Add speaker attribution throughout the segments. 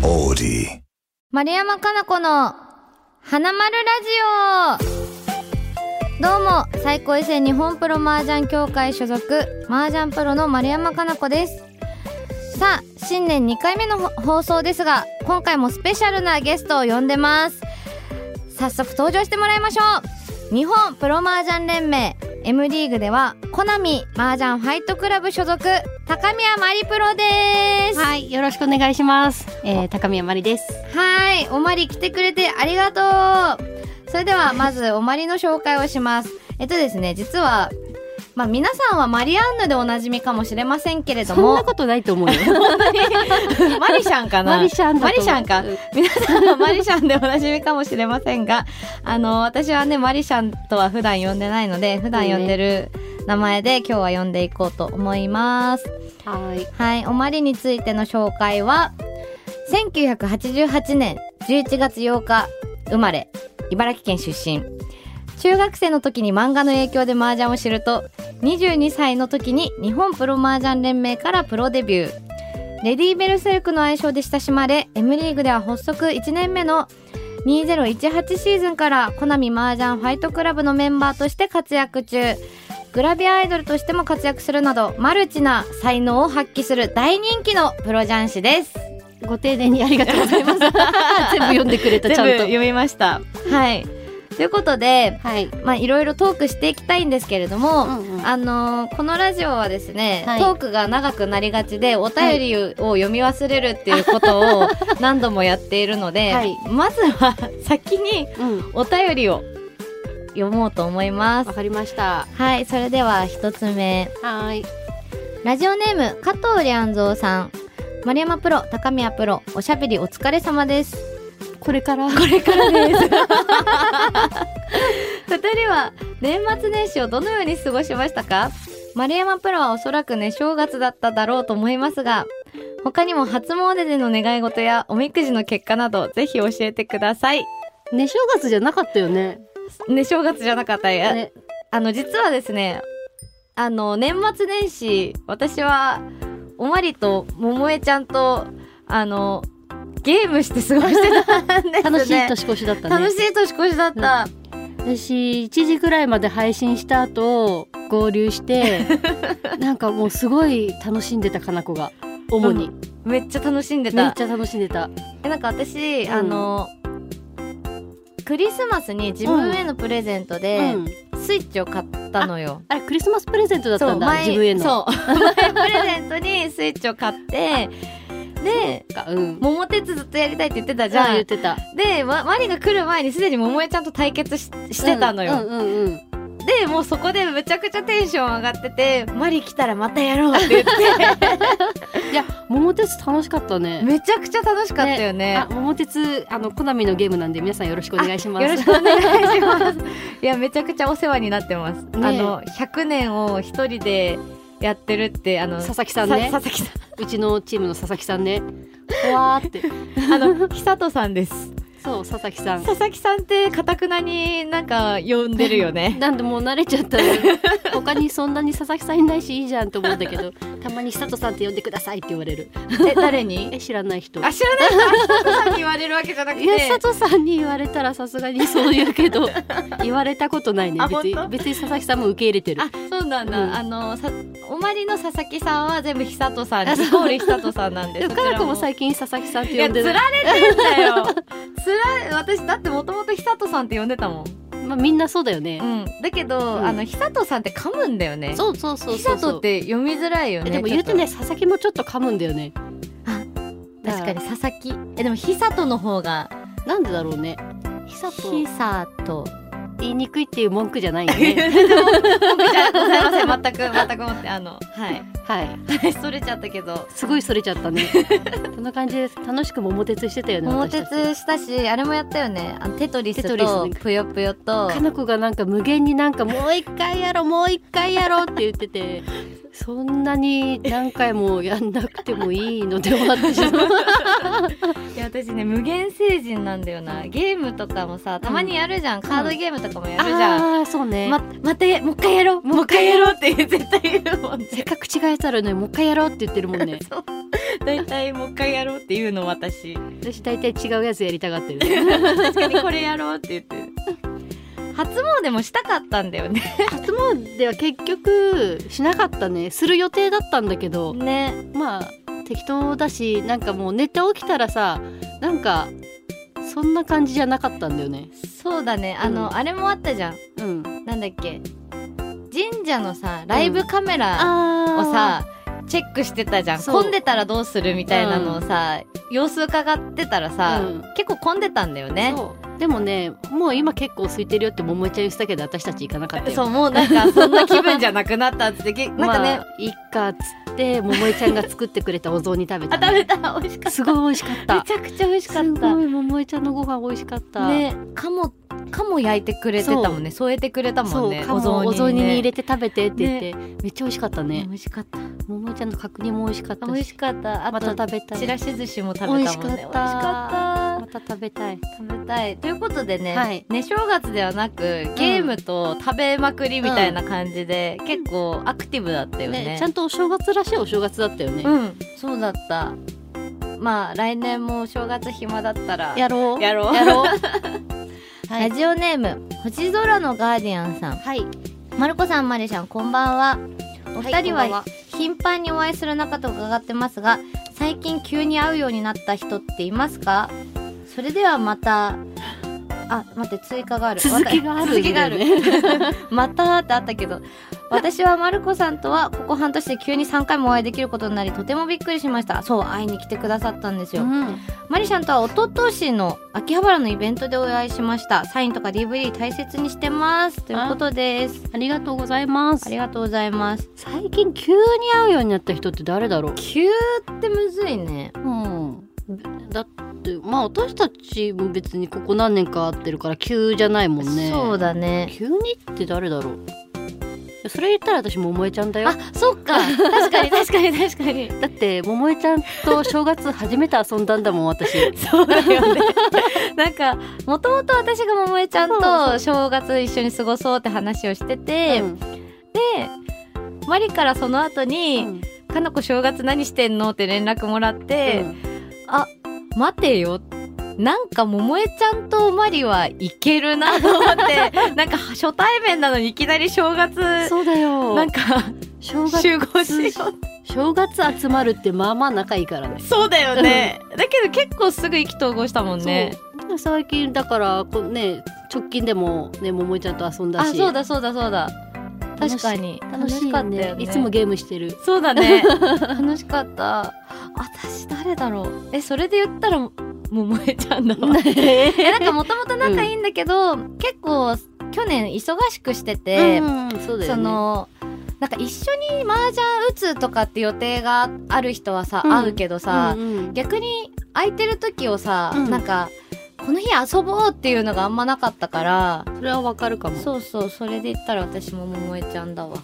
Speaker 1: City.
Speaker 2: 丸山加奈子の花丸ラジオどうも最高位戦日本プロ麻雀協会所属麻雀プロの丸山加奈子ですさあ新年2回目の放送ですが今回もスペシャルなゲストを呼んでます早速登場してもらいましょう日本プロ麻雀連盟 M リーグではコナミ麻雀ファイトクラブ所属高宮マリプロです
Speaker 3: はい、よろしくお願いします。えー、高宮まりです。
Speaker 2: はい、おまり来てくれてありがとう。それではまずおまりの紹介をします。えっとですね、実は、まあ皆さんはマリアンヌでおなじみかもしれませんけれど
Speaker 3: そんな
Speaker 2: も、
Speaker 3: ことないと思うよ。
Speaker 2: マリシャンかな
Speaker 3: マリシャンだ
Speaker 2: マ
Speaker 3: と思う
Speaker 2: リシャンか。皆さんはマリシャンでおなじみかもしれませんが、あの、私はね、マリシャンとは普段呼んでないので、普段呼んでる名前で今日は呼んでいこうと思います。
Speaker 3: はい。
Speaker 2: はい、おまりについての紹介は、1988年11月8日生まれ、茨城県出身。中学生の時に漫画の影響で麻雀を知ると、22歳の時に日本プロ麻雀連盟からプロデビュー。レディーベルセルクの愛称で親しまれ、M リーグでは発足1年目の2018シーズンからコナミ麻雀ファイトクラブのメンバーとして活躍中。グラビアアイドルとしても活躍するなど、マルチな才能を発揮する大人気のプロ雀士です。
Speaker 3: ご丁寧にありがとうござ います。 全部読んでくれた、ちゃんと。
Speaker 2: みました。はい。ということで、
Speaker 3: はい。
Speaker 2: まあ、いろいろトークしていきたいんですけれども、
Speaker 3: うんうん
Speaker 2: あのーこのラジオはですね、
Speaker 3: はい
Speaker 2: トークが長くなりがちでお便りを読み忘れるっていうことを何度もやっているので、
Speaker 3: はい
Speaker 2: まずは先に
Speaker 3: うん。
Speaker 2: お便りを読もうと思います
Speaker 3: わ。かりました。
Speaker 2: はい、それでは一つ目。
Speaker 3: はい。
Speaker 2: ラジオネーム加藤リャンゾーさん丸山プロ高宮プロおしゃべりお疲れ様です
Speaker 3: これから。
Speaker 2: これからです二人は年末年始をどのように過ごしましたか丸山プロはおそらくね正月だっただろうと思いますが他にも初詣での願い事やおみくじの結果などぜひ教えてください
Speaker 3: ね、正月じゃなかったよね。
Speaker 2: ね正月じゃなかったや、
Speaker 3: ね、
Speaker 2: あの実はですねあの年末年始私はおまりと桃江ちゃんとあのゲームして過ごしてたんです、ね、
Speaker 3: 楽しい年越しだった
Speaker 2: 楽
Speaker 3: ね
Speaker 2: し。い年越しだった、
Speaker 3: 私、1時くらいまで配信した後、合流 して、なんかもうすごい楽しんでた、かな子が。主に。
Speaker 2: めっちゃ楽しんで
Speaker 3: めったちゃ楽しんでた。
Speaker 2: えなんか私、
Speaker 3: うん
Speaker 2: あのクリスマスに自分へのプレゼントで
Speaker 3: うん。
Speaker 2: スイッチを買ったのよ、
Speaker 3: あれ、クリスマスプレゼントだったんだ、
Speaker 2: 前
Speaker 3: 自分への。
Speaker 2: そう 前プレゼントにスイッチを買ってで
Speaker 3: か。うん。
Speaker 2: 桃鉄ずっとやりたいって言ってたじ
Speaker 3: じゃ
Speaker 2: ゃ
Speaker 3: あ
Speaker 2: ん
Speaker 3: 言ってた。
Speaker 2: で、ま、マリが来る前にすでに桃江ちゃんと対決ししてたのよ、
Speaker 3: うんうんうんうん
Speaker 2: でもうそこでむちゃくちゃテンション上がっててマリ来たらまたやろうって言って
Speaker 3: いや桃鉄楽しかったね。
Speaker 2: めちゃくちゃ楽しかったよね
Speaker 3: あ桃鉄あのコナミのゲームなんで皆さんよろしくお願いします。
Speaker 2: よろしくお願いしますいやめちゃくちゃお世話になってます、
Speaker 3: ね
Speaker 2: あの100年を一人でやってるってあの
Speaker 3: 佐々木さんね
Speaker 2: さ佐々木さ
Speaker 3: うちのチームの佐々木さんね。わーって。
Speaker 2: んあ の久人さんです
Speaker 3: そう佐々木さん。
Speaker 2: 佐々木さんってかたくなになんか呼んでるよね
Speaker 3: なんでもう慣れちゃったのよ。他にそんなに佐々木さんいないしいいじゃんと思うんだけど、たまに久里さんって呼んでくださいって言われる。
Speaker 2: え誰に
Speaker 3: え知らない人。
Speaker 2: あ知らない人久人さんに言われるわけじゃなくて
Speaker 3: いや佐藤さんに言われたらさすがにそう言うけど言われたことないね
Speaker 2: あ
Speaker 3: 別
Speaker 2: 本当
Speaker 3: に別に佐々木さんも受け入れてる
Speaker 2: あ、そうなんだ。
Speaker 3: うん
Speaker 2: あのさおまりの佐々木さんは全部久人さん、 イコール久人さんなんで。
Speaker 3: ですもかなこも
Speaker 2: そちら
Speaker 3: 最近佐々木さんっ
Speaker 2: い
Speaker 3: て
Speaker 2: や
Speaker 3: 呼ん
Speaker 2: つ
Speaker 3: でる
Speaker 2: られてんだよ。つら私だってもともと久人さんって呼んでたもん。
Speaker 3: まあみんなそうだよね、
Speaker 2: うん。だけど、
Speaker 3: うん
Speaker 2: あの久人さんって噛むんだよね。
Speaker 3: そうそうそうそ
Speaker 2: 久
Speaker 3: う
Speaker 2: 人って読みづらいよ
Speaker 3: え
Speaker 2: ね。
Speaker 3: でも
Speaker 2: ちょ
Speaker 3: 言
Speaker 2: っ
Speaker 3: う
Speaker 2: と
Speaker 3: てね佐々木もちょっと噛むんだよね
Speaker 2: あ
Speaker 3: だ
Speaker 2: 確かに佐々木。えでも久人の方が
Speaker 3: なんでだろうね久と
Speaker 2: 久人。
Speaker 3: 言いにくいっていう文句じゃないよ
Speaker 2: いや
Speaker 3: ね
Speaker 2: でも僕じゃございません全く全く思ってあの はい
Speaker 3: はい
Speaker 2: はいそれちゃったけど
Speaker 3: すごいそれちゃった ねそんな感じで楽しく桃鉄してたよね
Speaker 2: 桃
Speaker 3: 私たち
Speaker 2: 鉄したしあれもやったよねあのテトリス
Speaker 3: テトリ
Speaker 2: と
Speaker 3: スね
Speaker 2: ぷよぷよと
Speaker 3: かなこがなんか無限になんかもう一回やろうもう一回やろうって言っててそんなに何回もやんなくてもいいのではってしまう
Speaker 2: いや私ね無限成人なんだよなゲームとかもさたまにやるじゃん、カードゲームとかもやるじゃん、
Speaker 3: あーそうね、
Speaker 2: ままたやもう一回やろうもう一回やろうって絶対言うもんね
Speaker 3: せっかく違えたらねもう一回やろうって言ってるもんね
Speaker 2: そう大体もう一回やろうって言うの私
Speaker 3: 私大体違うやつやりたがっ てる
Speaker 2: 確かにこれやろうって言ってる初詣もしたかったんだよね
Speaker 3: 初詣は結局しなかったねする予定だったんだけど
Speaker 2: ね
Speaker 3: まあ適当だしなんかもう寝て起きたらさなんかそんな感じじゃなかったんだよね
Speaker 2: そうだねあの、
Speaker 3: うん
Speaker 2: あれもあったじゃん
Speaker 3: うん
Speaker 2: なんだっけ神社のさライブカメラ
Speaker 3: あ
Speaker 2: をさ、チェックしてたじゃん
Speaker 3: そう
Speaker 2: 混んでたらどうするみたいなのをさ、様子伺ってたらさ、
Speaker 3: うん
Speaker 2: 結構混んでたんだよね
Speaker 3: そうでもねもう今結構空いてるよって桃井ちゃん言ってたけど私たち行かなかったよ
Speaker 2: そうもうなんかそんな気分じゃなくなったっつ ってけなんかね
Speaker 3: ま、あいっかっつって桃井ちゃんが作ってくれたお雑煮食べ た
Speaker 2: あ食べた美味しかった
Speaker 3: すごい美味しかった
Speaker 2: めちゃくちゃ美味しかっ
Speaker 3: す
Speaker 2: た
Speaker 3: ごい桃井ちゃんのご飯美味しかった
Speaker 2: ね鴨鴨焼いてくれてたもんね添えてくれたも
Speaker 3: そ
Speaker 2: ん
Speaker 3: う
Speaker 2: ね
Speaker 3: 鴨をお雑煮に入れて食べてって言って、
Speaker 2: ね
Speaker 3: めっちゃ美味しかった
Speaker 2: ね
Speaker 3: ね
Speaker 2: 美味しかった
Speaker 3: 桃井ちゃんの角煮も美味しかった
Speaker 2: あ
Speaker 3: し
Speaker 2: 美味しかったあ
Speaker 3: また
Speaker 2: と
Speaker 3: 食べたい
Speaker 2: ちらし寿司も食べたもんね
Speaker 3: 美味しかった
Speaker 2: 美味しか
Speaker 3: また食べたい
Speaker 2: った食べたいということでね、
Speaker 3: はい
Speaker 2: ね正月ではなくゲームと食べまくりみたいな感じで、結構アクティブだったよね
Speaker 3: ねちゃんとお正月らしいお正月だったよね、
Speaker 2: うんそうだったまあ来年もお正月暇だったら
Speaker 3: やろう
Speaker 2: やろう
Speaker 3: やろうは
Speaker 2: ラ
Speaker 3: い、
Speaker 2: ジオネーム星空のガーディアンさん
Speaker 3: はい、
Speaker 2: まるこさんまりちゃんこんばんはお二人
Speaker 3: こんばん
Speaker 2: は
Speaker 3: は
Speaker 2: 頻繁にお会いする仲と伺ってますが最近急に会うようになった人っていますかそれではまたあ待って追加がある
Speaker 3: 続きがある
Speaker 2: 続き
Speaker 3: ん
Speaker 2: が
Speaker 3: だ
Speaker 2: ある
Speaker 3: よね
Speaker 2: またってあったけど私はまるこさんとはここ半年で急に3回もお会いできることになりとてもびっくりしましたそう会いに来てくださったんですよ、
Speaker 3: うん
Speaker 2: マリシャンとは一昨年の秋葉原のイベントでお会いしましたサインとか DVD 大切にしてますということです
Speaker 3: ありがとうございます
Speaker 2: ありがとうございます
Speaker 3: 最近急に会うようになった人って誰だろう
Speaker 2: 急ってむずいね
Speaker 3: うんだってまあ私たちも別にここ何年か会ってるから急じゃないもんね
Speaker 2: そうだね
Speaker 3: 急にって誰だろうそれ言ったら私桃江ちゃんだよ
Speaker 2: あそっか確かに確かに確かに
Speaker 3: だって桃江ちゃんと正月初めて遊んだんだもん私
Speaker 2: そうだよね なんかもともと私が桃江ちゃんと正月一緒に過ごそうって話をしてて、
Speaker 3: うん
Speaker 2: でマリからその後に、
Speaker 3: うん
Speaker 2: かなこ正月何してんの?」って連絡もらって、あ待てよなんか桃江ちゃんとマリはいけるなと思って なんか初対面なのにいきなり正月
Speaker 3: うんそうだよ
Speaker 2: なんか
Speaker 3: 正月
Speaker 2: 集合しよう
Speaker 3: 正月集まるってまあまあ仲いいからね
Speaker 2: そうだよね、だけど結構すぐ意気投合したもんね
Speaker 3: そう最近だからこうね直近でもね桃井ちゃんと遊んだ
Speaker 2: あ
Speaker 3: し
Speaker 2: そうだそうだそうだ確かに
Speaker 3: 楽しい
Speaker 2: か
Speaker 3: ね
Speaker 2: ったよね
Speaker 3: いつもゲームしてる
Speaker 2: そうだね楽しかった私誰だろうえそれで言ったら桃江ちゃんだ わ えなんかもともと仲いいんだけど、結構去年忙しくしてて、
Speaker 3: うんそうだよね
Speaker 2: そのなんか一緒に麻雀打つとかって予定がある人はさ、
Speaker 3: うん
Speaker 2: 会うけどさ、
Speaker 3: うんうん
Speaker 2: 逆に空いてる時をさ、
Speaker 3: うん
Speaker 2: なんかこの日遊ぼうっていうのがあんまなかったから、
Speaker 3: それはわかるかも
Speaker 2: そうそうそれで言ったら私も桃江ちゃんだわ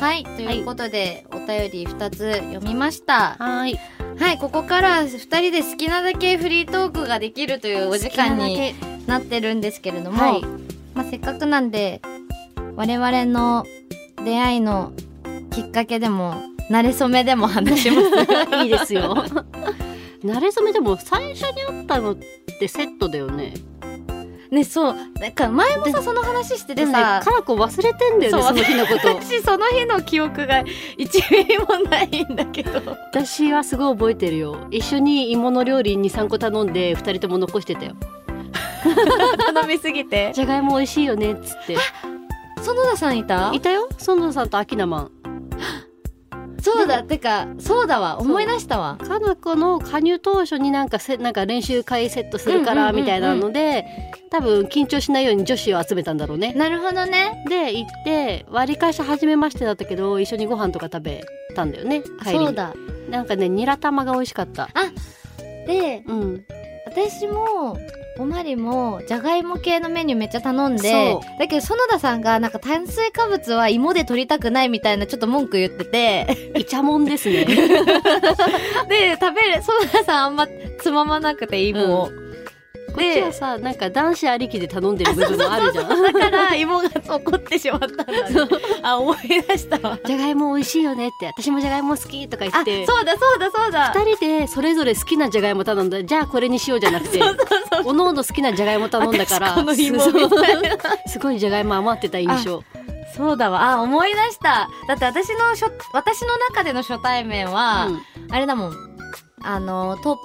Speaker 2: はいということで、お便り2つ読みました
Speaker 3: はーい
Speaker 2: はいここから2人で好きなだけフリートークができるというお時間に
Speaker 3: 好き
Speaker 2: なってるんですけれども、
Speaker 3: はい
Speaker 2: まあ、せっかくなんで我々の出会いのきっかけでも慣れ初めでも話します
Speaker 3: なだけ いいですよ慣れ初めでも最初に会ったのってセットだよね
Speaker 2: ねそうなんか前もさその話して
Speaker 3: で
Speaker 2: て
Speaker 3: もね
Speaker 2: さ
Speaker 3: かなこ忘れてんだよ
Speaker 2: そ
Speaker 3: ねそうの日のこと
Speaker 2: 私その日の記憶が1ミリもないんだけど
Speaker 3: 私はすごい覚えてるよ一緒に芋の料理23個頼んで2人とも残してたよ
Speaker 2: 頼みすぎて
Speaker 3: じゃがいも美味しいよねっつって
Speaker 2: 園田さんいた
Speaker 3: いたよ園田さんとアキナマン
Speaker 2: そうだてかそうだわ
Speaker 3: そう
Speaker 2: 思い出したわ
Speaker 3: かなこの加入当初になんかせなんか練習会セットするか
Speaker 2: う
Speaker 3: ら
Speaker 2: んうんうんうん
Speaker 3: みたいなので、多分緊張しないように女子を集めたんだろうね
Speaker 2: なるほどね
Speaker 3: で行って割り返し初めましてだったけど一緒にご飯とか食べたんだよね帰りに
Speaker 2: そうだ
Speaker 3: なんかねニラ玉が美味しかった
Speaker 2: で
Speaker 3: うん
Speaker 2: 私もおまりもじゃがいも系のメニューめっちゃ頼んで
Speaker 3: そ
Speaker 2: だけど園田さんがなんか炭水化物は芋で取りたくないみたいなちょっと文句言って て
Speaker 3: イチャモンで すね
Speaker 2: で食べる園田さんあんまつままなくて芋を、
Speaker 3: こっちは
Speaker 2: で
Speaker 3: さなんか男子ありきで頼んでる部分もあるじゃん
Speaker 2: だから芋が怒ってしまったんだ、ね、あ思い出したわ
Speaker 3: じゃがいも美味しいよねって私もじゃがいも好きとか言
Speaker 2: あ
Speaker 3: って
Speaker 2: そうだそうだそうだ
Speaker 3: 二人でそれぞれ好きなじゃがいも頼んだじゃあこれにしようじゃ なくておのおの好きなじゃがいも頼んだから
Speaker 2: 私この芋みたいな
Speaker 3: すごい すごいじゃがいも余ってた印象
Speaker 2: そうだわあ思い出しただって私の初私の中での初対面は、
Speaker 3: うん
Speaker 2: あれだもん。あの、と、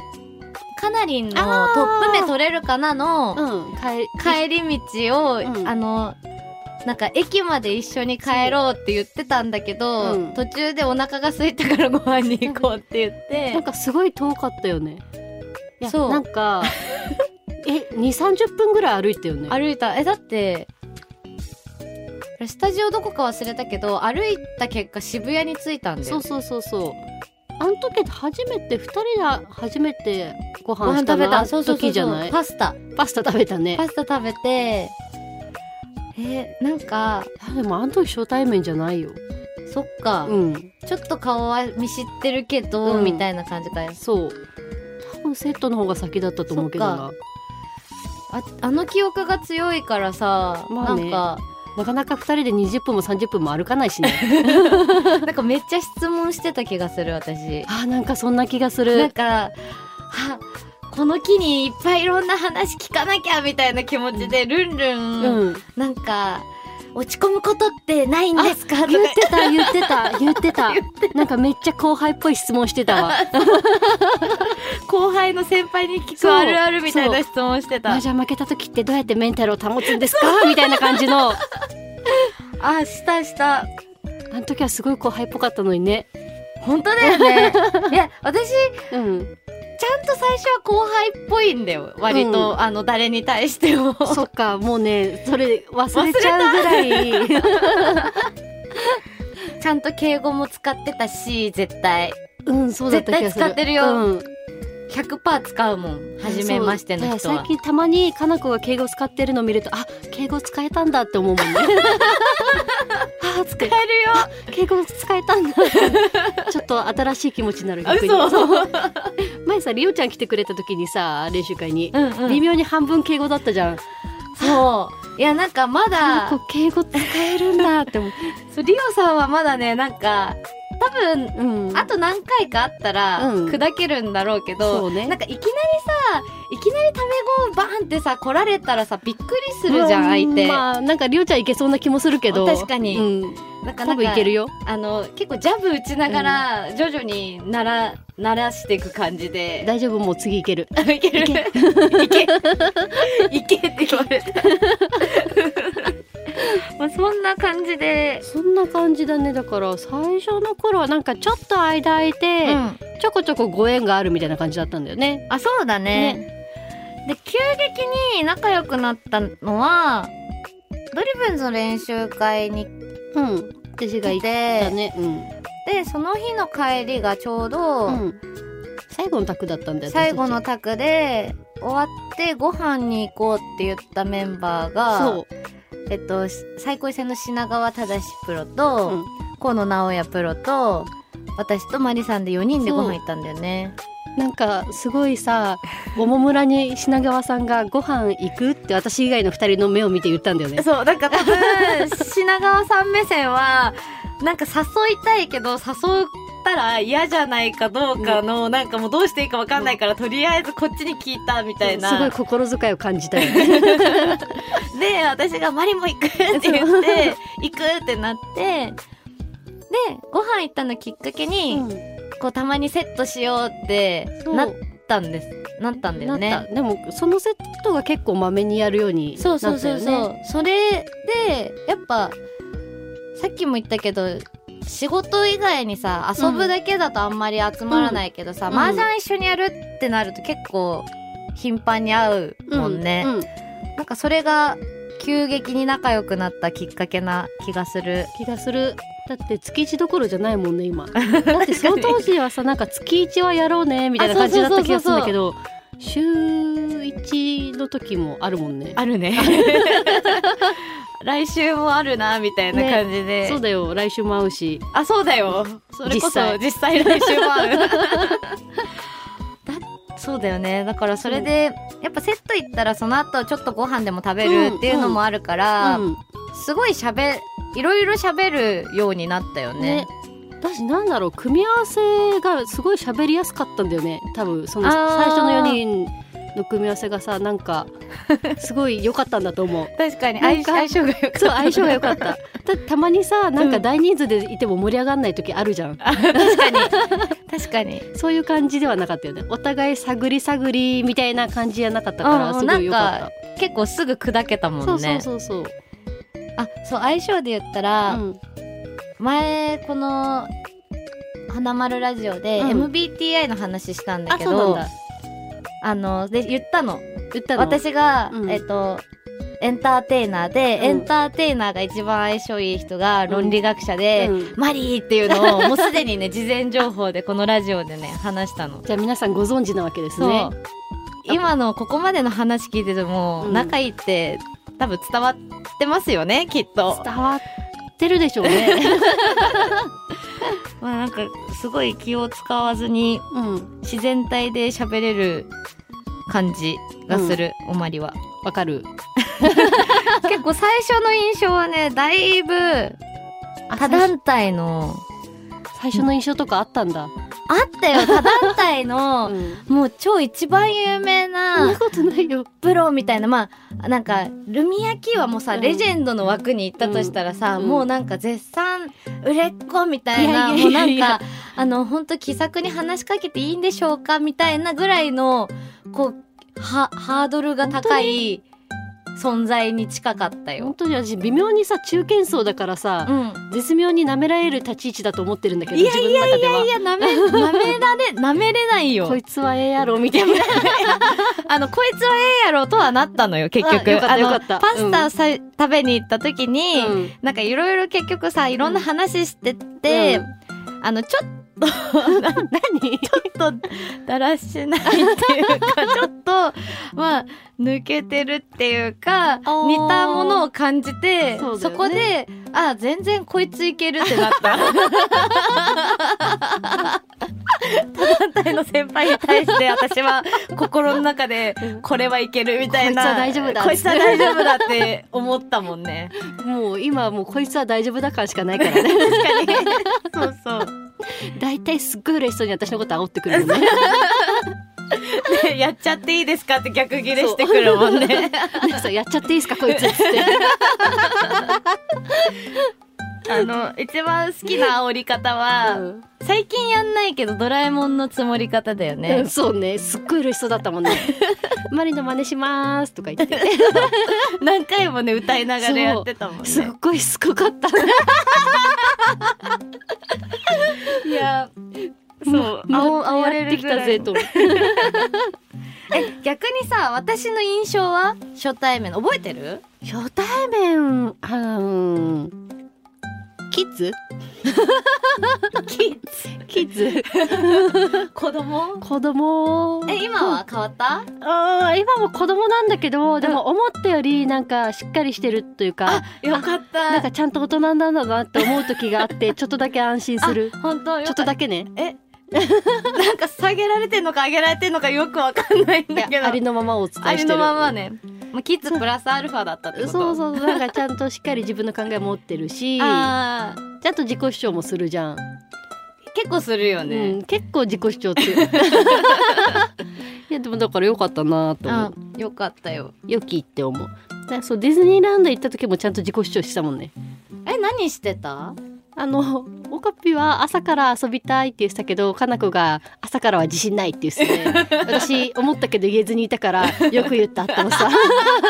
Speaker 2: かなりのト
Speaker 3: あー
Speaker 2: ップ目取れるかなの
Speaker 3: うんか
Speaker 2: 帰
Speaker 3: え
Speaker 2: り道を、
Speaker 3: うん
Speaker 2: あの、なんか駅まで一緒に帰ろうって言ってたんだけど、
Speaker 3: うん
Speaker 2: 途中でお腹が空いたからご飯に行こうって言
Speaker 3: な
Speaker 2: っ
Speaker 3: ん
Speaker 2: て、
Speaker 3: かすごい遠かったよねいや
Speaker 2: そう
Speaker 3: なん かえ二三十分ぐらい歩いたよね
Speaker 2: 歩いた。え、だって、スタジオどこか忘れたけど、歩いた結果渋谷に着いたんだ
Speaker 3: そ
Speaker 2: よ
Speaker 3: う。そうそうそうあの時初めて二人で初めてご
Speaker 2: ご
Speaker 3: 飯
Speaker 2: 飯
Speaker 3: した
Speaker 2: 食べた。
Speaker 3: の
Speaker 2: そうそうそう
Speaker 3: 時じゃ
Speaker 2: そ
Speaker 3: な
Speaker 2: う。
Speaker 3: い
Speaker 2: パスタ。
Speaker 3: パスタ食べたね
Speaker 2: パスタ食べて、え、なんか、
Speaker 3: あでもあの時初対面じゃないよ
Speaker 2: そっか。
Speaker 3: うん
Speaker 2: ちょっと顔は見知ってるけど、
Speaker 3: うん
Speaker 2: みたいな感じかよ
Speaker 3: そう多分セットの方が先だったと思うけど
Speaker 2: そっ
Speaker 3: な
Speaker 2: ああの記憶が強いからさ、
Speaker 3: まあね
Speaker 2: なん
Speaker 3: なかなか二人で20分も30分も歩かないし ね
Speaker 2: か なんかめっちゃ質問してた気がする 私
Speaker 3: あーなんかそんな気がす
Speaker 2: なん
Speaker 3: る
Speaker 2: かはこの木にいっぱいいろんな話聞かなきゃみたいな気持ちでルンル
Speaker 3: う
Speaker 2: ン、
Speaker 3: ん
Speaker 2: なんか落ち込むことってないんですかとか
Speaker 3: 言ってた言ってた 言ってたなんかめっちゃ後輩っぽい質問してたわ
Speaker 2: 後輩の先輩に聞
Speaker 3: そう
Speaker 2: くあるあるみたいな質問してた
Speaker 3: あじゃあ負けた時ってどうやってメンタルを保つんですかみたいな感じの あ
Speaker 2: あしたした
Speaker 3: の時はすごい後輩っぽかったのにね
Speaker 2: 本当だよ ねいや私
Speaker 3: うん
Speaker 2: ちゃんと最初は後輩っぽいんだよ割と、
Speaker 3: う
Speaker 2: あの誰に対しても
Speaker 3: そっかもうねそれ忘れちゃうぐらい
Speaker 2: ちゃんと敬語も使ってたし絶対
Speaker 3: うんそうだった気がす
Speaker 2: 絶
Speaker 3: る
Speaker 2: 対使ってるよ
Speaker 3: うん
Speaker 2: 100%使うもん初めましての人
Speaker 3: そうだ
Speaker 2: は
Speaker 3: から最近たまにかなこが敬語使ってるの見るとあ敬語使えたんだって思うもん ねあ使え
Speaker 2: 使え
Speaker 3: 敬語使えたんだってちょっと新しい気持ちになる逆
Speaker 2: る
Speaker 3: に
Speaker 2: よ
Speaker 3: そう
Speaker 2: 嘘
Speaker 3: 前さりおちゃん来てくれた時にさ練習会に、
Speaker 2: うん、う
Speaker 3: 微
Speaker 2: ん、
Speaker 3: 妙に半分敬語だったじゃん
Speaker 2: そういやなんかま
Speaker 3: かな
Speaker 2: だ
Speaker 3: こ敬語使えるんだって思う
Speaker 2: そうリオさんはまだねなんか多分
Speaker 3: うん
Speaker 2: あと何回かあったら
Speaker 3: うん
Speaker 2: 砕けるんだろうけど、
Speaker 3: そうね
Speaker 2: なんかいきなりさいきなりタメ語をバーンってさ来られたらさびっくりするじゃん相手、
Speaker 3: まあなんかりおちゃんいけそうな気もするけど
Speaker 2: 確かに
Speaker 3: うん、
Speaker 2: なんかな
Speaker 3: 多
Speaker 2: んか
Speaker 3: 分いけるよ
Speaker 2: あの結構ジャブ打ちながら徐々になら慣らしていく感じで
Speaker 3: 大丈夫もう次いける
Speaker 2: いけるい
Speaker 3: い
Speaker 2: け
Speaker 3: け
Speaker 2: いけって言われたまあそんな感じで、
Speaker 3: そんな感じだねだから最初の頃はなんかちょっと間空いて、
Speaker 2: うん
Speaker 3: ちょこちょこご縁があるみたいな感じだったんだよね。
Speaker 2: あそうだねで急激に仲良くなったのはドリブンズの練習会に
Speaker 3: うん。私が
Speaker 2: 来
Speaker 3: 行ってたね。うん。
Speaker 2: でその日の帰りがちょうど、
Speaker 3: うん最後のタクだったんだよ。
Speaker 2: 最後の
Speaker 3: 私
Speaker 2: 卓で終わってご飯に行こうって言ったメンバー
Speaker 3: た
Speaker 2: が
Speaker 3: ち。そう。
Speaker 2: えっと、し最高位戦の品川忠プロと、
Speaker 3: うん
Speaker 2: 河野直哉プロと私とマリさんで4人でご飯行ったんだよね。
Speaker 3: なんかすごいさ、おもむらに品川さんがご飯行くって私以外の二人の目を見て言ったんだよ ね。
Speaker 2: そうなんか多分品川さん目線はなんか誘いたいけど誘ったら嫌じゃないかどうかの、なんかもうどうしていいかわかんないから、とりあえずこっちに聞いたみたいな。
Speaker 3: すごい心遣いを感じたよね。
Speaker 2: で私が「マリも行く」って言って行くってなってでご飯行ったのきっかけに、こうたまにセットしようって
Speaker 3: そう
Speaker 2: なったんですなったんだよ
Speaker 3: なっ
Speaker 2: ね
Speaker 3: た。でもそのセットが結構まめにやるようになった
Speaker 2: そ
Speaker 3: よ
Speaker 2: う
Speaker 3: ね。
Speaker 2: そうそうそう、それでやっぱさっきも言ったけど仕事以外にさ遊ぶだけだとあんまり集まらないけどさ、
Speaker 3: うん
Speaker 2: 麻雀一緒にやるってなると結構頻繁に会うもんね、
Speaker 3: うん。
Speaker 2: なんかそれが急激に仲良くなったきっかけな気がする
Speaker 3: 気がするだって月一どころじゃないもんね 今だってその当時はさなんか月一はやろうねみたいな感じだった気がするんだけど週1の時もあるもんね
Speaker 2: あるね来週もあるなみたいな感じで、
Speaker 3: そうだよ来週も会うし
Speaker 2: あそうだよそれこそ実際来週も 会うだそうだよねだからそれでやっぱセット行ったらその後ちょっとご飯でも食べるっていうのもあるから、
Speaker 3: うん
Speaker 2: すごいしゃべいろいろ喋るようになったよね
Speaker 3: ね私なんだろう組み合わせがすごい喋りやすかったんだよね多分その
Speaker 2: あー
Speaker 3: 最初の4人の組み合わせがさなん かすごい良かったんだと思う
Speaker 2: 確かに
Speaker 3: な
Speaker 2: 相
Speaker 3: んか
Speaker 2: 相性が良かった
Speaker 3: そう相性が良かったたたまにさなん
Speaker 2: う
Speaker 3: か
Speaker 2: ん
Speaker 3: 大人数でいても盛り上がんない時あるじゃん、
Speaker 2: 確かに確かに
Speaker 3: そういう感じではなかったよねお互い探り探りみたいな感じじゃなかったか
Speaker 2: うん
Speaker 3: らすごい良かった
Speaker 2: 結構すぐ砕けたもんね
Speaker 3: そうそうそうそう、
Speaker 2: あそう相性で言った
Speaker 3: う
Speaker 2: ら、
Speaker 3: ん、
Speaker 2: 前この「花丸ラジオ」で
Speaker 3: うん
Speaker 2: MBTI の話したんだ
Speaker 3: あ
Speaker 2: け
Speaker 3: そう
Speaker 2: ど、あ
Speaker 3: なんだ
Speaker 2: ので言ったの
Speaker 3: 言ったの
Speaker 2: 私が、
Speaker 3: うん
Speaker 2: えっとエンターテイナーで、
Speaker 3: うん
Speaker 2: エンターテイナーが一番相性いい人が論理学者で、
Speaker 3: うん
Speaker 2: マリーっていうのをもうすでにね事前情報でこのラジオでね話したの。
Speaker 3: じゃあ皆さんご存知なわけです
Speaker 2: そう、
Speaker 3: ね
Speaker 2: 今のここまでの話聞いてても、
Speaker 3: うん
Speaker 2: 仲いいって多分伝わってますよねきっと。
Speaker 3: 伝わってるでしょうね、
Speaker 2: まあなんかすごい気を使わずに
Speaker 3: うん、
Speaker 2: 自然体で喋れる感じがする、おまりは
Speaker 3: わかる
Speaker 2: 結構最初の印象はねだいぶ
Speaker 3: あ
Speaker 2: 他団体の
Speaker 3: 最初の印象とかあったんだ。
Speaker 2: あった よ他団体
Speaker 3: う
Speaker 2: の
Speaker 3: ん。
Speaker 2: もう超一番有名
Speaker 3: そんな
Speaker 2: な
Speaker 3: ことないよ。
Speaker 2: プロみたいなまあなんかルミヤキはもうさ、
Speaker 3: うん
Speaker 2: レジェンドの枠に行ったとしたらさ、
Speaker 3: うん
Speaker 2: もうなんか絶賛売れっ子みたいない
Speaker 3: やいやいやいや
Speaker 2: もうなんかあの本当気さくに話しかけていいんでしょうかみたいなぐらいのこうはハードルが高い存在に近かった
Speaker 3: 本
Speaker 2: よ。
Speaker 3: 当に私微妙にさ中堅層だから
Speaker 2: う
Speaker 3: さ、
Speaker 2: ん、
Speaker 3: 絶妙に舐められる立ち位置だと思ってるんだけど
Speaker 2: いや
Speaker 3: 自
Speaker 2: い
Speaker 3: 分の
Speaker 2: や
Speaker 3: 中
Speaker 2: い
Speaker 3: で
Speaker 2: やい
Speaker 3: は。
Speaker 2: やなめ なめられなめれないよ
Speaker 3: こいつはええやろみたいな。
Speaker 2: あのこいつはええやろとはなったのよ結局
Speaker 3: あよかった
Speaker 2: あの
Speaker 3: よかった
Speaker 2: パスタさ、食べに行った時に、
Speaker 3: うん
Speaker 2: なんかいろいろ結局さいろんな話してて、
Speaker 3: うん
Speaker 2: あのちょっ
Speaker 3: 何？
Speaker 2: と だらしないっていうか ちょっとまあ抜けてるっていうか
Speaker 3: ー
Speaker 2: 似たものを感じて
Speaker 3: そ
Speaker 2: そ,、
Speaker 3: うだよね
Speaker 2: こであ全然こいついけるってなった 他団体の先輩に対して私は心の中でこれはいけるみたいな
Speaker 3: こいつは大丈夫だ
Speaker 2: こいつは大丈夫だって思ったもんね。
Speaker 3: もう今はもうこいつは大丈夫だ感しかないから ね。
Speaker 2: 確かにそうそう
Speaker 3: だいたいすっごい嬉しそうに私のこと煽ってくるもんね。
Speaker 2: で やっちゃっていいですかって逆ギレしてくるもんね。
Speaker 3: でさやっちゃっていいですかこいつっつって。
Speaker 2: あの、一番好きな煽り方は、
Speaker 3: うん
Speaker 2: 最近やんないけどドラえもんの積もり方だよ
Speaker 3: う
Speaker 2: ね
Speaker 3: ん。そうねすっごい嬉しそうだったもんね。マリの真似しますとか言って。
Speaker 2: 何回もね、歌いながらやってたもん
Speaker 3: すっ
Speaker 2: ね。
Speaker 3: ごいすごかった。
Speaker 2: いや、そう、煽煽れる
Speaker 3: き
Speaker 2: ぐら
Speaker 3: た
Speaker 2: い
Speaker 3: ぜと思って。
Speaker 2: え、逆にさ、私の印象は初対面の、覚えてる
Speaker 3: 初対面あーキッズ
Speaker 2: キ
Speaker 3: キッズ
Speaker 2: 子供
Speaker 3: 子供
Speaker 2: え、今は変わった
Speaker 3: あー今も子供なんだけどでも思ったよりなんかしっかりしてるというか
Speaker 2: よかっ
Speaker 3: なん
Speaker 2: た。
Speaker 3: かちゃんと大人なんだなって思う時があってちょっとだけ安心する
Speaker 2: あ本当よ
Speaker 3: ち
Speaker 2: か
Speaker 3: ょっ
Speaker 2: った
Speaker 3: とだけね
Speaker 2: えなんか下げられてんのか上げられてんのかよくわかんないん
Speaker 3: いや
Speaker 2: だけど
Speaker 3: ありのままをお伝
Speaker 2: あ
Speaker 3: え
Speaker 2: り
Speaker 3: して
Speaker 2: の
Speaker 3: る
Speaker 2: ままね、まあ、キッズプラスアルファだったって
Speaker 3: そ
Speaker 2: こ
Speaker 3: う
Speaker 2: と
Speaker 3: そう
Speaker 2: う
Speaker 3: そうなんかちゃんとしっかり自分の考え持ってるしちゃ
Speaker 2: あー
Speaker 3: んと自己主張もするじゃん、
Speaker 2: 結構するよ
Speaker 3: う
Speaker 2: ね、
Speaker 3: ん、結構自己主 張強いいやでもだからよかったなと思う
Speaker 2: あよかったよ
Speaker 3: 良きって思うだそうディズニーランド行った時もちゃんと自己主張してたもんね
Speaker 2: え何してた
Speaker 3: あのオカピは朝から遊びたいって言ってたけどかなこが朝からは自信ないって言って て私思ったけど言えずにいたからよく言ったって思ってさ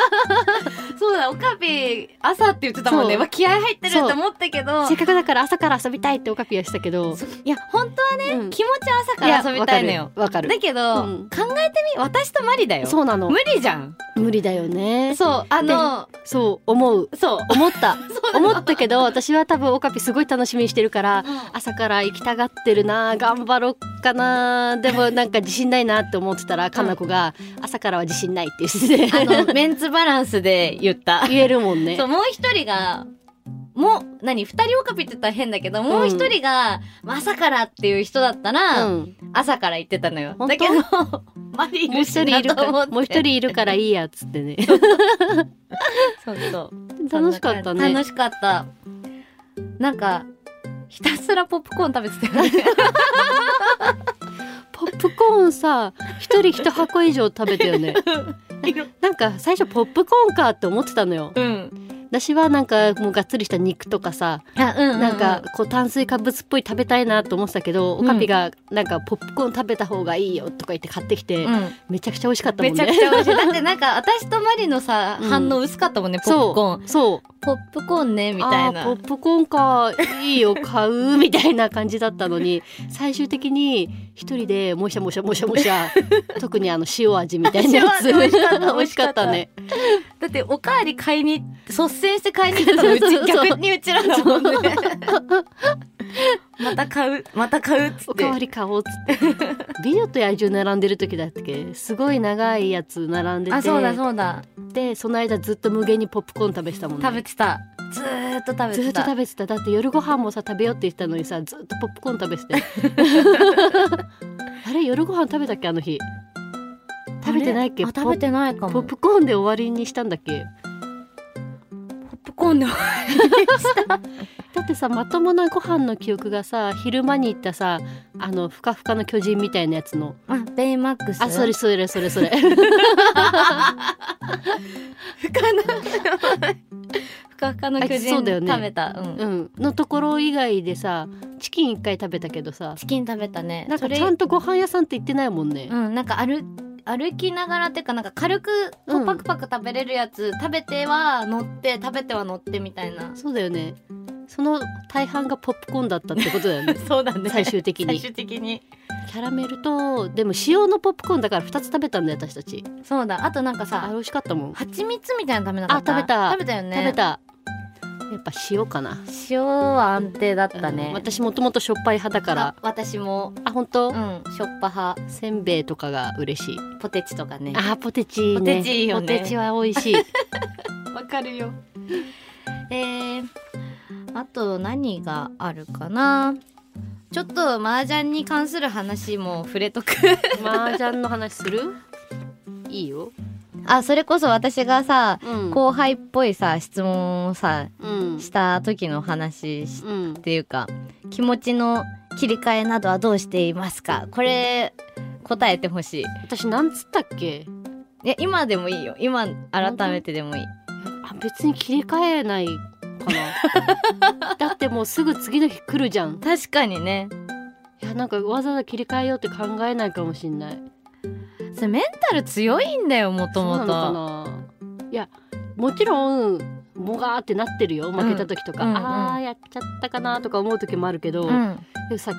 Speaker 2: そうだオカピ朝って言ってたもんね
Speaker 3: そう
Speaker 2: わ気合入ってるって思ったけど
Speaker 3: せっかくだから朝から遊びたいってオカピはしたけど、
Speaker 2: いや本当は
Speaker 3: うん
Speaker 2: 気持ちは朝から遊びたいのよ
Speaker 3: わかるわかる
Speaker 2: だけど、
Speaker 3: うん
Speaker 2: 考えてみ私とマリだよ
Speaker 3: そうなの
Speaker 2: 無理じゃん
Speaker 3: 無理だよね
Speaker 2: そうあの
Speaker 3: そう思う
Speaker 2: そう
Speaker 3: 思った
Speaker 2: そうなの
Speaker 3: 思ったけど私は多分オカピすごい楽しみにしてるから朝から行きたがってるな頑張ろっかなでもなんか自信ないなって思ってたらかなこが朝からは自信ないって言って
Speaker 2: あのメンツバランスで言った
Speaker 3: 言えるもん ね
Speaker 2: そうもう一人がもう何二人オカピって言ったら変だけどもう一人が、まあ朝からっていう人だったら、
Speaker 3: うん
Speaker 2: 朝から行ってたのよ
Speaker 3: 本
Speaker 2: だ
Speaker 3: 当
Speaker 2: け どマリ
Speaker 3: もう一人いるからもう一
Speaker 2: 人
Speaker 3: 人いるからいいやっつってね
Speaker 2: そうそう
Speaker 3: 楽しかったね
Speaker 2: 楽しかったなんかひたすらポップコーン食べてたよね
Speaker 3: ポップコーンさ一人一箱以上食べたよねなんか最初ポップコーンかって思ってたのよ
Speaker 2: うん
Speaker 3: 私はなんかもうがっつりした肉とかさ
Speaker 2: あうんうんうん
Speaker 3: なんかこう炭水化物っぽい食べたいなと思ってたけど、
Speaker 2: うん
Speaker 3: オカピがなんかポップコーン食べた方がいいよとか言って買ってきて、
Speaker 2: うん
Speaker 3: めちゃくちゃ美味しかったも
Speaker 2: め
Speaker 3: ん
Speaker 2: ちゃく
Speaker 3: ね。
Speaker 2: ちゃ美味しいだってなんか私とマリのさ、
Speaker 3: うん
Speaker 2: 反応薄かったもんねポッ
Speaker 3: そ
Speaker 2: プ
Speaker 3: う
Speaker 2: コーン
Speaker 3: そう
Speaker 2: ポップコーンねみたいな
Speaker 3: あーポップコーンかいいよ買うみたいな感じだった のに最終的に一人でもしゃもしゃもしゃも しゃ特にあの塩味みたいなやつ
Speaker 2: 塩味美味しかった
Speaker 3: 美味しかったね
Speaker 2: だっておかわり買いに率先して買いに行ったのう
Speaker 3: そうそう
Speaker 2: ち
Speaker 3: そう
Speaker 2: 逆にうちらだもんね また買うまた買うっつ
Speaker 3: お
Speaker 2: って
Speaker 3: かわり買おうっつって 「美女と野獣」並んでる時だっけすごい長いやつ並んでて
Speaker 2: あそうだそうだ
Speaker 3: でその間ずっと無限にポップコーン食べてたもんね
Speaker 2: 食べてたずーっと食べ
Speaker 3: ず
Speaker 2: て
Speaker 3: っと
Speaker 2: た
Speaker 3: 食べてただって夜ご飯もさ食べようって言ってたのにさずっとポップコーン食べてて あれ夜ご飯食べたっけあの日食べてないっけ
Speaker 2: あれあ食べてないかも
Speaker 3: ポ
Speaker 2: ポ
Speaker 3: ッ
Speaker 2: ップ
Speaker 3: プコーンで終わりにしたんだっけ
Speaker 2: コーンの
Speaker 3: だってさまともなご飯の記憶がさ昼間に行ったさあのふかふかの巨人みたいなやつの
Speaker 2: あベイマックス
Speaker 3: あそれそれそれそれ
Speaker 2: 不可能ふかふかの巨
Speaker 3: あ
Speaker 2: 人
Speaker 3: そうだよね
Speaker 2: 食べた、うん
Speaker 3: うんのところ以外でさチキン一回食べたけどさ
Speaker 2: チキン食べたね
Speaker 3: なん
Speaker 2: そ
Speaker 3: か
Speaker 2: れ
Speaker 3: ちゃんとご飯屋さんって言ってないもんね
Speaker 2: うん、なんか歩歩きながらっていうかなんか軽くこ
Speaker 3: うん
Speaker 2: うパクパク食べれるやつ、食べては乗って食べては乗ってみたいな
Speaker 3: そうだよねその大半がポップコーンだったってことだよ ね
Speaker 2: そうだね
Speaker 3: 最終的に
Speaker 2: 最終的に
Speaker 3: キャラメルとでも塩のポップコーンだから2つ食べたんだよ私たち
Speaker 2: そうだあとなんか
Speaker 3: あ
Speaker 2: さ
Speaker 3: 美味しかったもん、
Speaker 2: 蜂蜜みたいなの食べなかった
Speaker 3: あ食べた
Speaker 2: 食べたよね
Speaker 3: 食べたやっぱ塩かな
Speaker 2: 塩は安定だった
Speaker 3: う
Speaker 2: ね
Speaker 3: ん、私もともとしょっぱい派だから
Speaker 2: あ私も
Speaker 3: あ本当、
Speaker 2: うんしょっぱ派
Speaker 3: せんべいとかが嬉しい
Speaker 2: ポテチとかね
Speaker 3: あポテチいいね
Speaker 2: ポテチいいよね
Speaker 3: ポテチは美味しい
Speaker 2: わかるよ えー、あと何があるかなちょっと麻雀に関する話も触れ とく
Speaker 3: 麻雀の話するいいよ
Speaker 2: あそれこそ私がさ
Speaker 3: うん
Speaker 2: 後輩っぽいさ質問をさ
Speaker 3: うん
Speaker 2: した時の話し
Speaker 3: うん
Speaker 2: っていうか気持ちの切り替えなどはどうしていますかこれ答えてほしい
Speaker 3: 私なんつったっけ
Speaker 2: いや今でもいいよ今改めてでもいい
Speaker 3: あ別に切り替えないか なだってもうすぐ次の日来るじゃん
Speaker 2: 確かにね
Speaker 3: いやなんかわざわざ切り替えようって考えないかもしんない
Speaker 2: それメンタル強いんだよもと
Speaker 3: そ
Speaker 2: も
Speaker 3: うなのか
Speaker 2: と
Speaker 3: ないやもちろんもがーってなってるよ負けた時とか、
Speaker 2: うんうんうん
Speaker 3: あーやっちゃったかなとか思う時もあるけど、
Speaker 2: う
Speaker 3: で
Speaker 2: ん
Speaker 3: もさ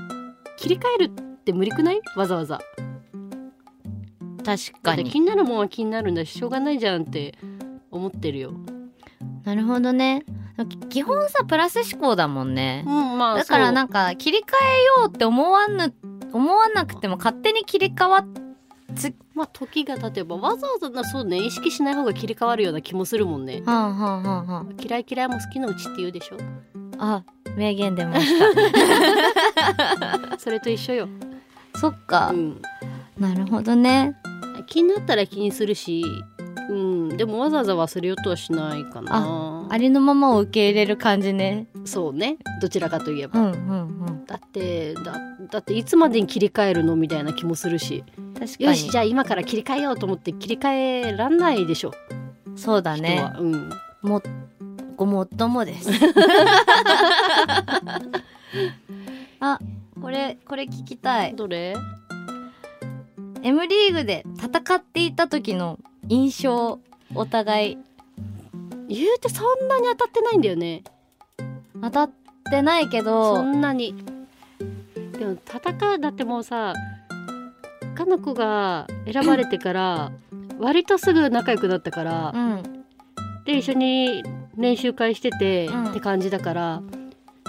Speaker 3: 切り替えるって無理くないわざわざ
Speaker 2: 確
Speaker 3: だ
Speaker 2: か
Speaker 3: って気
Speaker 2: に
Speaker 3: になるもんは気になるんだししょうがないじゃんって思ってるよ
Speaker 2: なるほどね基本さプラス思考だもんね
Speaker 3: うんまあ
Speaker 2: だから
Speaker 3: そう
Speaker 2: なんか切り替えようって思わぬ思わなくても勝手に切り替わっ
Speaker 3: まあ時が経てばわざわざなそうね意識しない方が切り替わるような気もするもんね
Speaker 2: はんはんはんはん
Speaker 3: 嫌い嫌いも好きのうちって言う でしょ
Speaker 2: あ名言出まし
Speaker 3: それと一緒よ、
Speaker 2: たそっか
Speaker 3: うん、
Speaker 2: なるほどね
Speaker 3: 気になったら気にするし、うん、でもわざわざ忘れようとはしないかな
Speaker 2: ありのままを受け入れる感じね
Speaker 3: そうねどちらかといえば、
Speaker 2: うんうん
Speaker 3: だってだだっていつまでに切り替えるのみたいな気もするし
Speaker 2: うん確か
Speaker 3: よし
Speaker 2: に
Speaker 3: じゃあ今から切り替えようと思って切り替えらんないでしょ
Speaker 2: そうだ
Speaker 3: 人
Speaker 2: ね
Speaker 3: は、うん、
Speaker 2: もごもっともです あこれこれ聞きたい
Speaker 3: どれ
Speaker 2: M リーグで戦っていた時の印象お互い
Speaker 3: 言うてそんなに当たってないんだよね
Speaker 2: 当たってないけ
Speaker 3: そ
Speaker 2: ど
Speaker 3: んなにでも戦うだってもうさかの子が選ばれてから割とすぐ仲良くなったから、
Speaker 2: うん
Speaker 3: で一緒に練習会してて、
Speaker 2: うん
Speaker 3: って感じだから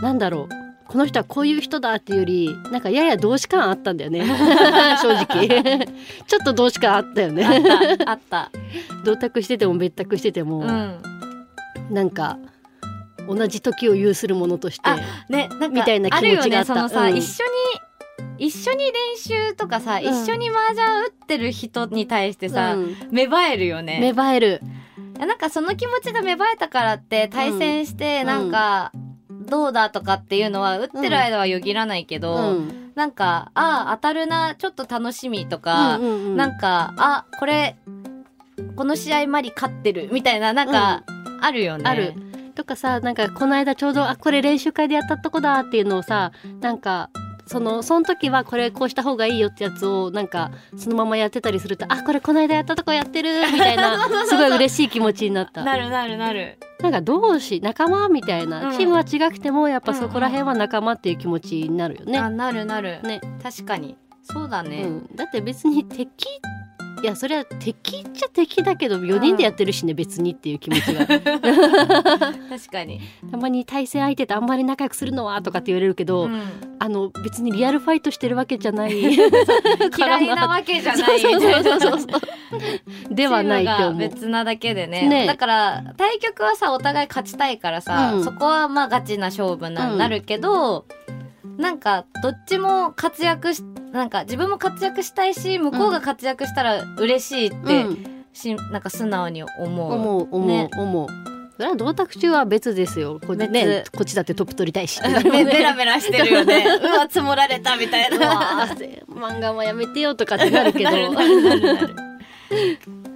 Speaker 3: なんだろうこの人はこういう人だっていうよりなんかやや同志感あったんだよね 正直ちょっと同志感あったよね
Speaker 2: あ った
Speaker 3: 同卓してても別卓してても、
Speaker 2: うん
Speaker 3: なんか同じ時を有するものとして
Speaker 2: あねなんか
Speaker 3: みたいな気持ちがあった
Speaker 2: るよねそのさ、
Speaker 3: うん
Speaker 2: 一緒に一緒に練習とかさ、
Speaker 3: ん
Speaker 2: 一緒に麻雀打ってる人に対してさ、
Speaker 3: うん
Speaker 2: 芽生えるよね
Speaker 3: 芽生える
Speaker 2: なんかその気持ちが芽生えたからって対戦して
Speaker 3: ん
Speaker 2: なんか、どうだとかっていうのは打ってる間はよぎらないけ
Speaker 3: う
Speaker 2: ど、
Speaker 3: ん
Speaker 2: なんかああ当たるなちょっと楽しみとか、
Speaker 3: うんうんうん
Speaker 2: なんかあこれこの試合マリ勝ってるみたいななんか、あるよね。
Speaker 3: あるとかさなんかこの間ちょうどあこれ練習会でやったとこだっていうのをさなんかそのその時はこれこうした方がいいよってやつをなんかそのままやってたりするとあこれこの間やったとこやってるみたい
Speaker 2: そう そうそ
Speaker 3: な
Speaker 2: う
Speaker 3: すごい嬉しい気持ちになった
Speaker 2: なるなるなる。
Speaker 3: なんか同志仲間みたい
Speaker 2: う
Speaker 3: な、
Speaker 2: ん
Speaker 3: チームは違くてもやっぱそこら辺は仲間っていう気持ちになるよ
Speaker 2: あ
Speaker 3: ね、
Speaker 2: なるなる。
Speaker 3: ね
Speaker 2: 確かにそうだ
Speaker 3: う
Speaker 2: ね。
Speaker 3: ん、だって別に敵いやそれは敵っちゃ敵だけど4人でやってるしね、別にっていう気持 ちが
Speaker 2: 確かに。
Speaker 3: たまに対戦相手とあんまり仲良くするのはとかって言われるけど、
Speaker 2: うん
Speaker 3: あの別にリアルファイトしてるわけじゃ ない
Speaker 2: 嫌いなわけじゃな
Speaker 3: そう
Speaker 2: い。
Speaker 3: そうそうそうそう ではないと
Speaker 2: チームが
Speaker 3: 思う。
Speaker 2: 別なだけでね
Speaker 3: ね
Speaker 2: だから対局はさお互い勝ちたいからさ、
Speaker 3: うん
Speaker 2: そこはまあガチな勝負な,、
Speaker 3: うん
Speaker 2: なるけどなんかどっちも活躍しなんか自分も活躍したいし向こうが活躍したら嬉しいって、
Speaker 3: うん
Speaker 2: しなんか素直に思う。
Speaker 3: 思う思う、
Speaker 2: ね
Speaker 3: 思う。それは同卓中は別ですよ。こっちね
Speaker 2: 別
Speaker 3: こっちだってトップ取りた いし。
Speaker 2: べ ベラベラしてるよね。うわ、積もられたみたいう
Speaker 3: わ
Speaker 2: な。
Speaker 3: ー漫画もやめてよとかってなるけ ど。
Speaker 2: なるなるなるなる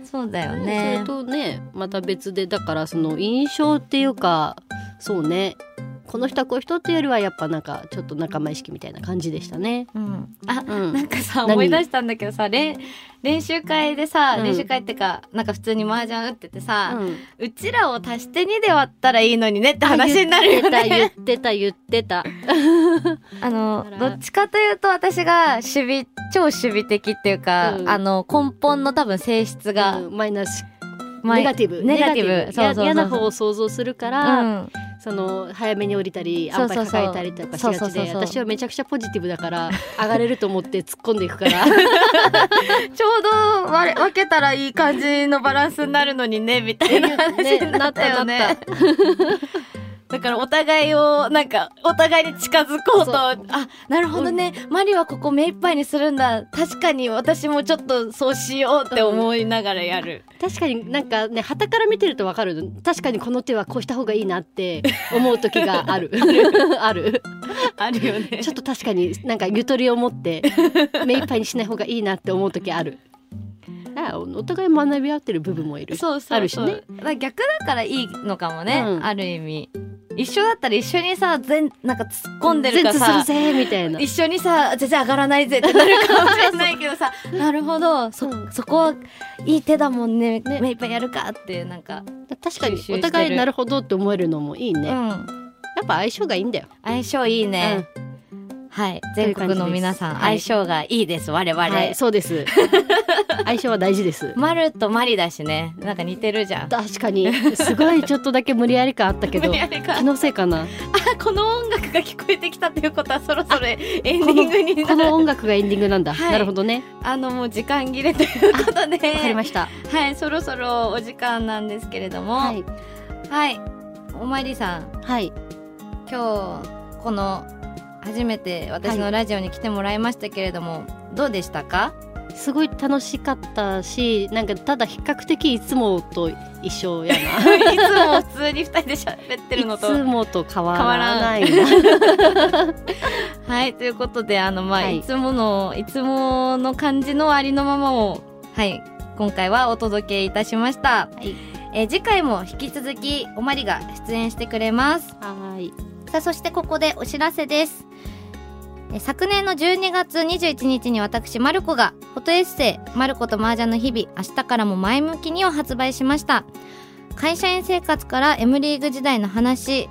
Speaker 2: そうだよ
Speaker 3: そ
Speaker 2: ね
Speaker 3: れ。とねまた別でだからその印象っていうかそうねこの人はこういう人っていうよりはやっぱなんかちょっと仲間意識みたいな感じでしたね。
Speaker 2: うん、あ、
Speaker 3: うん
Speaker 2: なんかさ
Speaker 3: 何
Speaker 2: 思い出したんだけどされん練習会でさ、
Speaker 3: うん
Speaker 2: 練習会ってかなんか普通に麻雀打っててさ、
Speaker 3: うん
Speaker 2: うちらを足して2で割ったらいいのにねって話になるよね。
Speaker 3: 言ってた言ってた言って
Speaker 2: あの
Speaker 3: だか
Speaker 2: ど
Speaker 3: ら
Speaker 2: っちかというと私が守備超守備的っていうか、
Speaker 3: うん
Speaker 2: あの根本の多分性質
Speaker 3: た、
Speaker 2: が、
Speaker 3: うんマイナス
Speaker 2: ま
Speaker 3: ネガティブ
Speaker 2: ネガティブ
Speaker 3: ネ
Speaker 2: そうそうそう
Speaker 3: や嫌な方を想像するから、
Speaker 2: うん、
Speaker 3: その早めに降りたり
Speaker 2: そ
Speaker 3: 安
Speaker 2: うそう
Speaker 3: 牌
Speaker 2: そう
Speaker 3: 抱えたりとかしがちで
Speaker 2: そうそうそうそう
Speaker 3: 私はめちゃくちゃポジティブ だから上がれると思って突っ込んでいくから
Speaker 2: ちょうど割れ分けたらいい感じのバランスになるのにねみたいな話になったよね。
Speaker 3: ねなっ
Speaker 2: だからお互いをなんかお互いに近づこう
Speaker 3: そう
Speaker 2: とあなるほどね、マリはここ目いっぱいにするんだ確かに私もちょっとそうしようって思いながらやる、
Speaker 3: 確かになんかね旗から見てるとわかる確かにこの手はこうした方がいいなって思う時が あるある
Speaker 2: あるよね
Speaker 3: ちょっと確かになんかゆとりを持 って目いっぱいにしない方がいいなって思う時あるあお互い学び合ってる部分もいる
Speaker 2: そうそうそう
Speaker 3: あるしね
Speaker 2: だから逆だからいいのかもね、
Speaker 3: うん
Speaker 2: ある意味一緒だったら一緒にさ全なんか突っ込んでるか
Speaker 3: 全通
Speaker 2: さ
Speaker 3: するぜみたいな
Speaker 2: 一緒にさ全然上がらないぜってなるかもしれないけどさなるほどそ,、
Speaker 3: うん
Speaker 2: そこはいい手だもんね目いっぱいやるかってなんか、
Speaker 3: 確か
Speaker 2: 収
Speaker 3: に
Speaker 2: 集してる
Speaker 3: お互いなるほどって思えるのもいいね、
Speaker 2: う
Speaker 3: やっ
Speaker 2: ん、
Speaker 3: ぱ相性がいいんだよ、
Speaker 2: 相性いいね、はい全国の皆さん
Speaker 3: という感
Speaker 2: 相
Speaker 3: じです
Speaker 2: 性がいいです我々、
Speaker 3: うんはいそうです 相性は大事です
Speaker 2: マルとマリだしねなんか似てるじゃん
Speaker 3: 確かにすごいちょっとだけ無理やり感あったけど
Speaker 2: 無理やり感
Speaker 3: 気のせいかな
Speaker 2: あこの音楽が聞こえてきたということはそろそろエンディングに
Speaker 3: こ
Speaker 2: なる
Speaker 3: の音楽がエンディングなんだ、
Speaker 2: はい
Speaker 3: なるほどね
Speaker 2: あのもう時間切れということで
Speaker 3: わかりました
Speaker 2: はいそろそろお時間なんですけれどもは、
Speaker 3: はいい
Speaker 2: おまりさん
Speaker 3: はい
Speaker 2: 今日この初めて私のラジオに来てもらいましたけれども、どうでしたか
Speaker 3: すごい楽しかったしなんかただ比較的いつもと一緒 や
Speaker 2: い
Speaker 3: な
Speaker 2: つも普通に二人で喋ってるの
Speaker 3: い
Speaker 2: と
Speaker 3: つもと変わらない
Speaker 2: はい、ということで、あの、まあ、
Speaker 3: はい
Speaker 2: い、つもの、いつもの感じのありのままを、はい、今回はお届けいたしました。
Speaker 3: はい
Speaker 2: えー次回も引き続き、おまりが出演してくれます。
Speaker 3: はい
Speaker 2: さあ、そしてここでお知らせです。えー昨年の12月21日に私、マルコが、フォトエッセイ、マルコと麻雀の日々、明日からも前向きにを発売しました。会社員生活から M リーグ時代の話、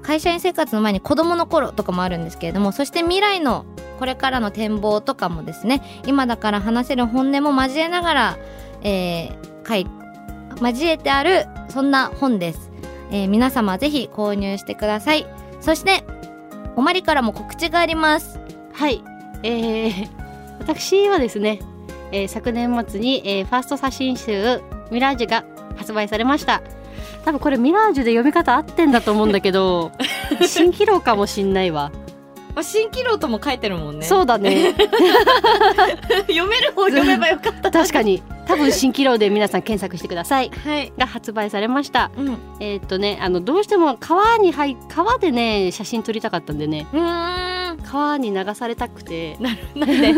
Speaker 2: 会社員生活の前に子供の頃とかもあるんですけれども、そして未来のこれからの展望とかもですね、今だから話せる本音も交えながら、えー、書い交えてあるそんな本です、えー皆様ぜひ購入してくださいそしておまりからも告知があり ます
Speaker 3: はい、えー、 私はですね、えー昨年末に、えーファースト写真集「ミラージュ」が発売されました多分これ「ミラージュ」で読み方合ってんだと思うんだ けど蜃気楼かもしんないわ、
Speaker 2: 新気楼とも書いてるもん
Speaker 3: そう だね
Speaker 2: 読める方
Speaker 3: 読めば
Speaker 2: よかった
Speaker 3: 確かに多分蜃気楼で皆さん検索してください
Speaker 2: はい
Speaker 3: が発売されました
Speaker 2: うんう
Speaker 3: えーっとねあのどうしても川に入川でね写真撮りたかったんでね
Speaker 2: ーんなん
Speaker 3: 川に流されたくて
Speaker 2: で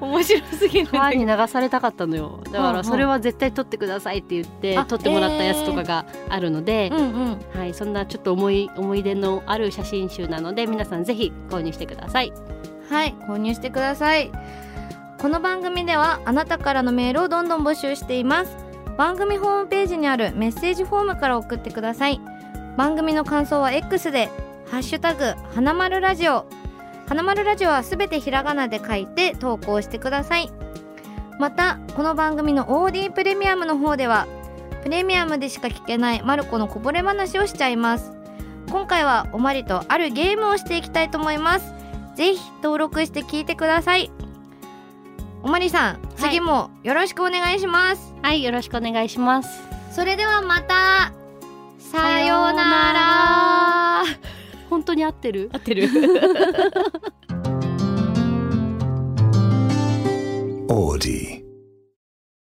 Speaker 2: 面白すぎる
Speaker 3: 川に流されたかったのよだか
Speaker 2: うんう
Speaker 3: ら
Speaker 2: ん
Speaker 3: それは絶対撮ってくださいって言って
Speaker 2: あ
Speaker 3: 撮ってもらったやつとかがあるので
Speaker 2: う、んうん
Speaker 3: はい、そんなちょっと思い思い出のある写真集なので皆さんぜひ購入してください
Speaker 2: はい、購入してください。この番組ではあなたからのメールをどんどん募集しています。番組ホームページにあるメッセージフォームから送ってください。番組の感想は X で、ハッシュタグ、花丸ラジオ。花丸ラジオはすべてひらがなで書いて投稿してください。また、この番組の OD プレミアムの方では、プレミアムでしか聞けないマルコのこぼれ話をしちゃいます。今回はおまりとあるゲームをしていきたいと思います。ぜひ登録して聞いてください。おまりさん、次もよろしくお願いします。
Speaker 3: はいよろしくお願いします
Speaker 2: それではまた。さ
Speaker 3: さ
Speaker 2: よ
Speaker 3: よ
Speaker 2: う
Speaker 3: う
Speaker 2: なら。
Speaker 3: な本当に合ってる
Speaker 2: 合ってる。
Speaker 1: Audi.